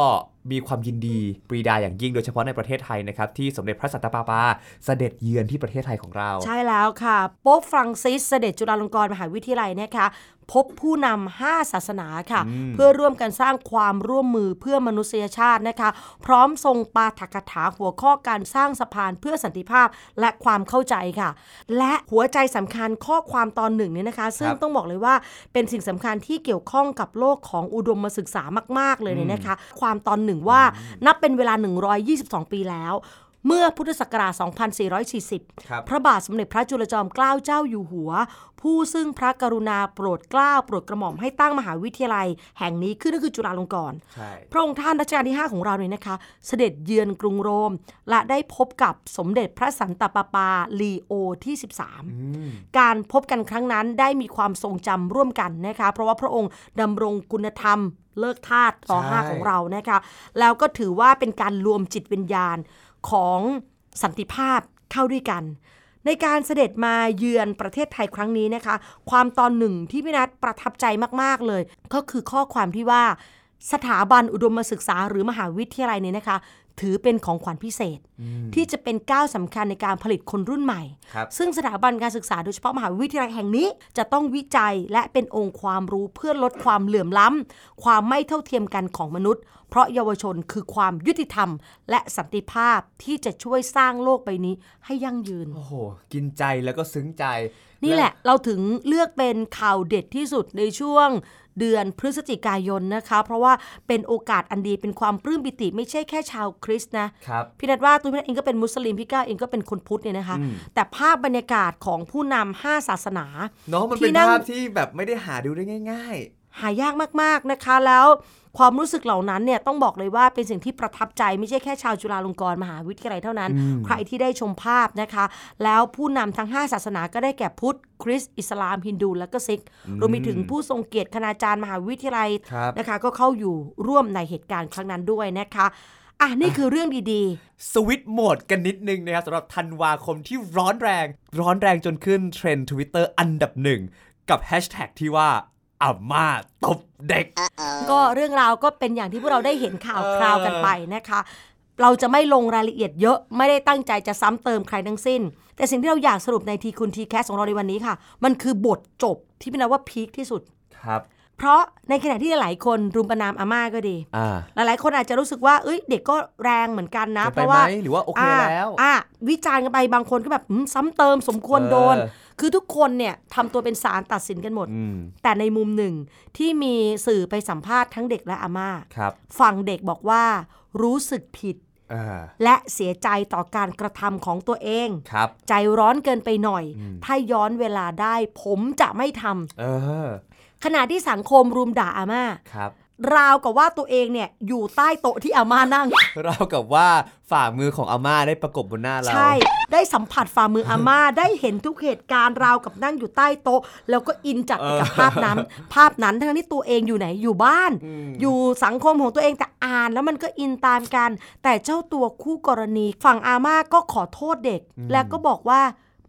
[SPEAKER 3] มีความยินดีปรีดาอย่างยิ่งโดยเฉพาะในประเทศไทยนะครับ ที่สมเด็จพระสันตะปาปาเสด็จเยือนที่ประเทศไทยของเรา
[SPEAKER 2] ใช่แล้วค่ะ โป๊ปฟรังซิสเสด็จจุฬาลงกรณ์มหาวิทยาลัยนะคะ พบผู้นำห้าศาสนาค่ะ เพื่อร่วมกันสร้างความร่วมมือเพื่อมนุษยชาตินะคะ พร้อมทรงปาฐกถาหัวข้อการสร้างสะพานเพื่อสันติภาพและความเข้าใจค่ะ และหัวใจสำคัญข้อความตอนหนึ่งเนี่ยนะคะ ซึ่ง
[SPEAKER 3] ครับ
[SPEAKER 2] ต้องบอกเลยว่าเป็นสิ่งสำคัญที่เกี่ยวข้องกับโลกของอุดมศึกษามาก ๆ เลยเนี่ยนะคะ ความตอนหนึ่งว่านับเป็นเวลา 122 ปีแล้ว เมื่อพุทธศักราช 2440
[SPEAKER 3] ครับ
[SPEAKER 2] พระบาทสมเด็จพระจุลจอมเกล้าเจ้าอยู่หัว ผู้ซึ่งพระกรุณาโปรดเกล้าโปรดกระหม่อมให้ตั้งมหาวิทยาลัย แห่งนี้ขึ้นก็คือจุฬาลงกรณ์
[SPEAKER 3] ใช่
[SPEAKER 2] พระองค์ท่านรัชกาลที่ 5 ของเราเนี่ยนะคะ เสด็จเยือนกรุงโรม และได้พบกับสมเด็จพระสันตะปาปาลีโอที่ 13 การพบกันครั้งนั้นได้มีความทรงจำร่วมกันนะคะ เพราะว่าพระองค์ดำรงคุณธรรม เลิกทาสต่อ
[SPEAKER 3] ใช่
[SPEAKER 2] ห้าของเรานะคะ แล้วก็ถือว่าเป็นการรวมจิตวิญญาณของสันติภาพเข้าด้วยกัน ในการเสด็จมาเยือนประเทศไทยครั้งนี้นะคะ ความตอนหนึ่งที่พี่นัทประทับใจมาก ๆ เลย ก็คือข้อความที่ว่า สถาบันอุดมศึกษาหรือมหาวิทยาลัยเนี่ยนะคะ ถือเป็นของขวัญพิเศษ ที่จะเป็นก้าวสำคัญในการผลิตคนรุ่นใหม่
[SPEAKER 3] ครับ
[SPEAKER 2] ซึ่งสถาบันการศึกษาโดยเฉพาะมหาวิทยาลัยแห่งนี้ จะต้องวิจัยและเป็นองค์ความรู้เพื่อลดความเหลื่อมล้ำ ความไม่เท่าเทียมกันของมนุษย์ เพราะเยาวชนคือความยุติธรรม และสันติภาพที่จะช่วยสร้างโลกใบนี้ให้ยั่งยืน
[SPEAKER 3] โอ้โห กินใจแล้วก็ซึ้งใจ
[SPEAKER 2] นี่แหละเราถึงเลือกเป็นข่าวเด็ดที่สุดในช่วง เดือนพฤศจิกายนนะคะ เพราะว่าเป็นโอกาสอันดีเป็นความปลื้มปิติ ไม่ใช่แค่ชาวคริสต์นะ
[SPEAKER 3] ครับ
[SPEAKER 2] พี่นัดว่าตุ้มนัดเองก็เป็นมุสลิมพี่ก้าวเองก็เป็นคนพุทธเนี่ยนะคะ
[SPEAKER 3] อืม
[SPEAKER 2] แต่ภาพบรรยากาศของผู้นำห้าศาสนา
[SPEAKER 3] เนาะมันเป็น
[SPEAKER 2] ที่นั่ง
[SPEAKER 3] ภาพที่แบบไม่ได้หาดูได้ง่าย
[SPEAKER 2] หายากมาก ๆ นะคะ แล้วความรู้สึกเหล่านั้นเนี่ยต้องบอกเลยว่าเป็นสิ่งที่ประทับใจไม่ใช่แค่ชาวจุฬาลงกรณ์มหาวิทยาลัยเท่านั้น ใครที่ได้ชมภาพนะคะ แล้วผู้นำทั้ง 5 ศาสนาก็ได้แก่พุทธ คริสต์อิสลาม ฮินดู และก็ซิก รวมไปถึงผู้ทรงเกียรติคณาจารย์มหาวิทยาลัย
[SPEAKER 3] ครับ
[SPEAKER 2] นะคะ ก็เข้าอยู่ร่วมในเหตุการณ์ครั้งนั้นด้วยนะคะอ่ะนี่คือเรื่องดีๆ
[SPEAKER 3] ๆ สวิตช์โหมดกันนิดนึงนะครับสำหรับธันวาคมที่ร้อนแรง ร้อนแรงจนขึ้นเทรนด์ทวิตเตอร์อันดับหนึ่ง กับแฮชแท็กที่ว่าอาม่าตบเด็ก
[SPEAKER 2] ก็เรื่องราวก็เป็นอย่างที่พวกเราได้เห็นข่าว
[SPEAKER 3] เออ
[SPEAKER 2] คราวกันไปนะคะ เราจะไม่ลงรายละเอียดเยอะไม่ได้ตั้งใจจะซ้ำเติมใครทั้งสิ้น แต่สิ่งที่เราอยากสรุปในทีคุณทีแคสของเราในวันนี้ค่ะ มันคือบทจบที่พี่นับว่าพีคที่สุด
[SPEAKER 3] ครับ
[SPEAKER 2] เพราะในขณะที่หลายคนรุมประนามอาม่าก็ดี
[SPEAKER 3] อ่า
[SPEAKER 2] หลายๆคนอาจจะรู้สึกว่าเอ้ยเด็กก็แรงเหมือนกันนะ
[SPEAKER 3] เกินไป
[SPEAKER 2] เพราะว่า
[SPEAKER 3] ไหมหรือว่าโอเคแล้ว
[SPEAKER 2] อ่าวิจารณ์กันไปบางคนก็แบบอืมซ้ำเติมสมควรโดน
[SPEAKER 3] เออ
[SPEAKER 2] คือทุกคนเนี่ยทำตัวเป็นสารตัดสินกันหมด
[SPEAKER 3] อืม
[SPEAKER 2] แต่ในมุมหนึ่งที่มีสื่อไปสัมภาษณ์ทั้งเด็กและอาม่า
[SPEAKER 3] ครับ
[SPEAKER 2] ฝั่งเด็กบอกว่า รู้สึกผิด
[SPEAKER 3] อ่า
[SPEAKER 2] และเสียใจต่อการกระทำของตัวเอง
[SPEAKER 3] ครับ
[SPEAKER 2] ใจร้อนเกินไปหน่อย ถ้าย้อนเวลาได้ผมจะไม่ทำ
[SPEAKER 3] เออ
[SPEAKER 2] ขณะที่สังคมรุมด่าอาม่า
[SPEAKER 3] ครับ
[SPEAKER 2] ราวกับว่าตัวเองเนี่ยอยู่ใต้โต๊ะที่อาม่านั่ง
[SPEAKER 3] เรากับว่าฝ่ามือของอาม่าได้ประกบบนหน้าเรา
[SPEAKER 2] ใช่ ได้สัมผัสฝ่ามืออา ม่า ได้เห็นทุกเหตุการณ์ราวกับนั่งอยู่ใต้โต๊ะ แล้วก็อินจัดไปกับ
[SPEAKER 3] เออ
[SPEAKER 2] ภาพ นั้น ภาพนั้นทั้งที่ตัวเองอยู่ไหนอยู่บ้าน
[SPEAKER 3] อืม
[SPEAKER 2] อยู่สังคมของตัวเองแต่อ่านแล้วมันก็อินตามกัน แต่เจ้าตัวคู่กรณี ฝั่งอาม่าก็ขอโทษเด็ก แล้วก็บอกว่า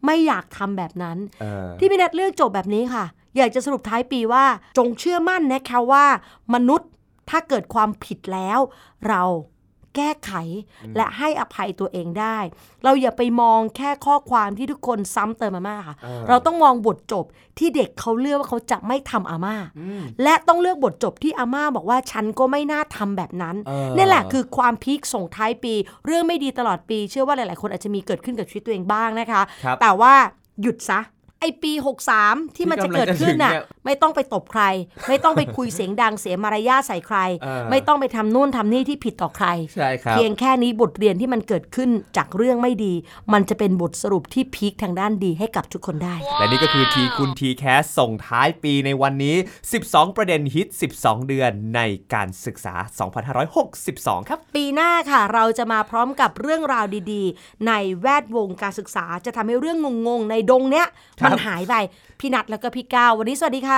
[SPEAKER 2] ไม่อยากทำแบบนั้น
[SPEAKER 3] เออ
[SPEAKER 2] ที่พี่แนทเลือกจบแบบนี้ค่ะ อยากจะสรุปท้ายปีว่า จงเชื่อมั่นนะคะว่า มนุษย์ถ้าเกิดความผิดแล้ว เราแก้ไขและให้อภัยตัวเองได้ เราอย่าไปมองแค่ข้อความที่ทุกคนซ้ำเติมอาม่าค่ะ
[SPEAKER 3] เออ
[SPEAKER 2] เราต้องมองบทจบที่เด็กเขาเลือกว่าเขาจะไม่ทำอาม่า และต้องเลือกบทจบที่อาม่าบอกว่าฉันก็ไม่น่าทำแบบนั้น
[SPEAKER 3] เออ
[SPEAKER 2] นี่แหละคือความพีคส่งท้ายปี เรื่องไม่ดีตลอดปี เชื่อว่าหลาย ๆ คนอาจจะมีเกิดขึ้นกับชีวิตตัวเองบ้างนะคะ
[SPEAKER 3] ครับ
[SPEAKER 2] แต่ว่าหยุดซะ ไอปี 63 ที่มันจะเกิดขึ้นน่ะ
[SPEAKER 3] ที่กำลังจะถึงเนี่ย
[SPEAKER 2] ไม่ต้องไปตบใคร ไม่ต้องไปคุยเสียงดังเสียมารยาทใส่ใคร
[SPEAKER 3] เออ
[SPEAKER 2] ไม่ต้องไปทำนู่นทำนี่ที่ผิดต่อใคร
[SPEAKER 3] ใช่ครับ
[SPEAKER 2] เพียงแค่นี้บทเรียนที่มันเกิดขึ้นจากเรื่องไม่ดี มันจะเป็นบทสรุปที่พีคทางด้านดีให้กับทุกคนได้
[SPEAKER 3] และนี่ก็คือทีคุณทีแคสส่งท้ายปีในวันนี้ 12 ประเด็นฮิต 12 เดือนในการศึกษา 2562 ครับ
[SPEAKER 2] ปีหน้าค่ะเราจะมาพร้อมกับเรื่องราวดีๆ ในแวดวงการศึกษาจะทำให้เรื่องงงๆ ในดงเนี้ย
[SPEAKER 3] ครับ
[SPEAKER 2] มันหายไปพี่นัทแล้วก็พี่ก้าววันนี้สวัสดีค่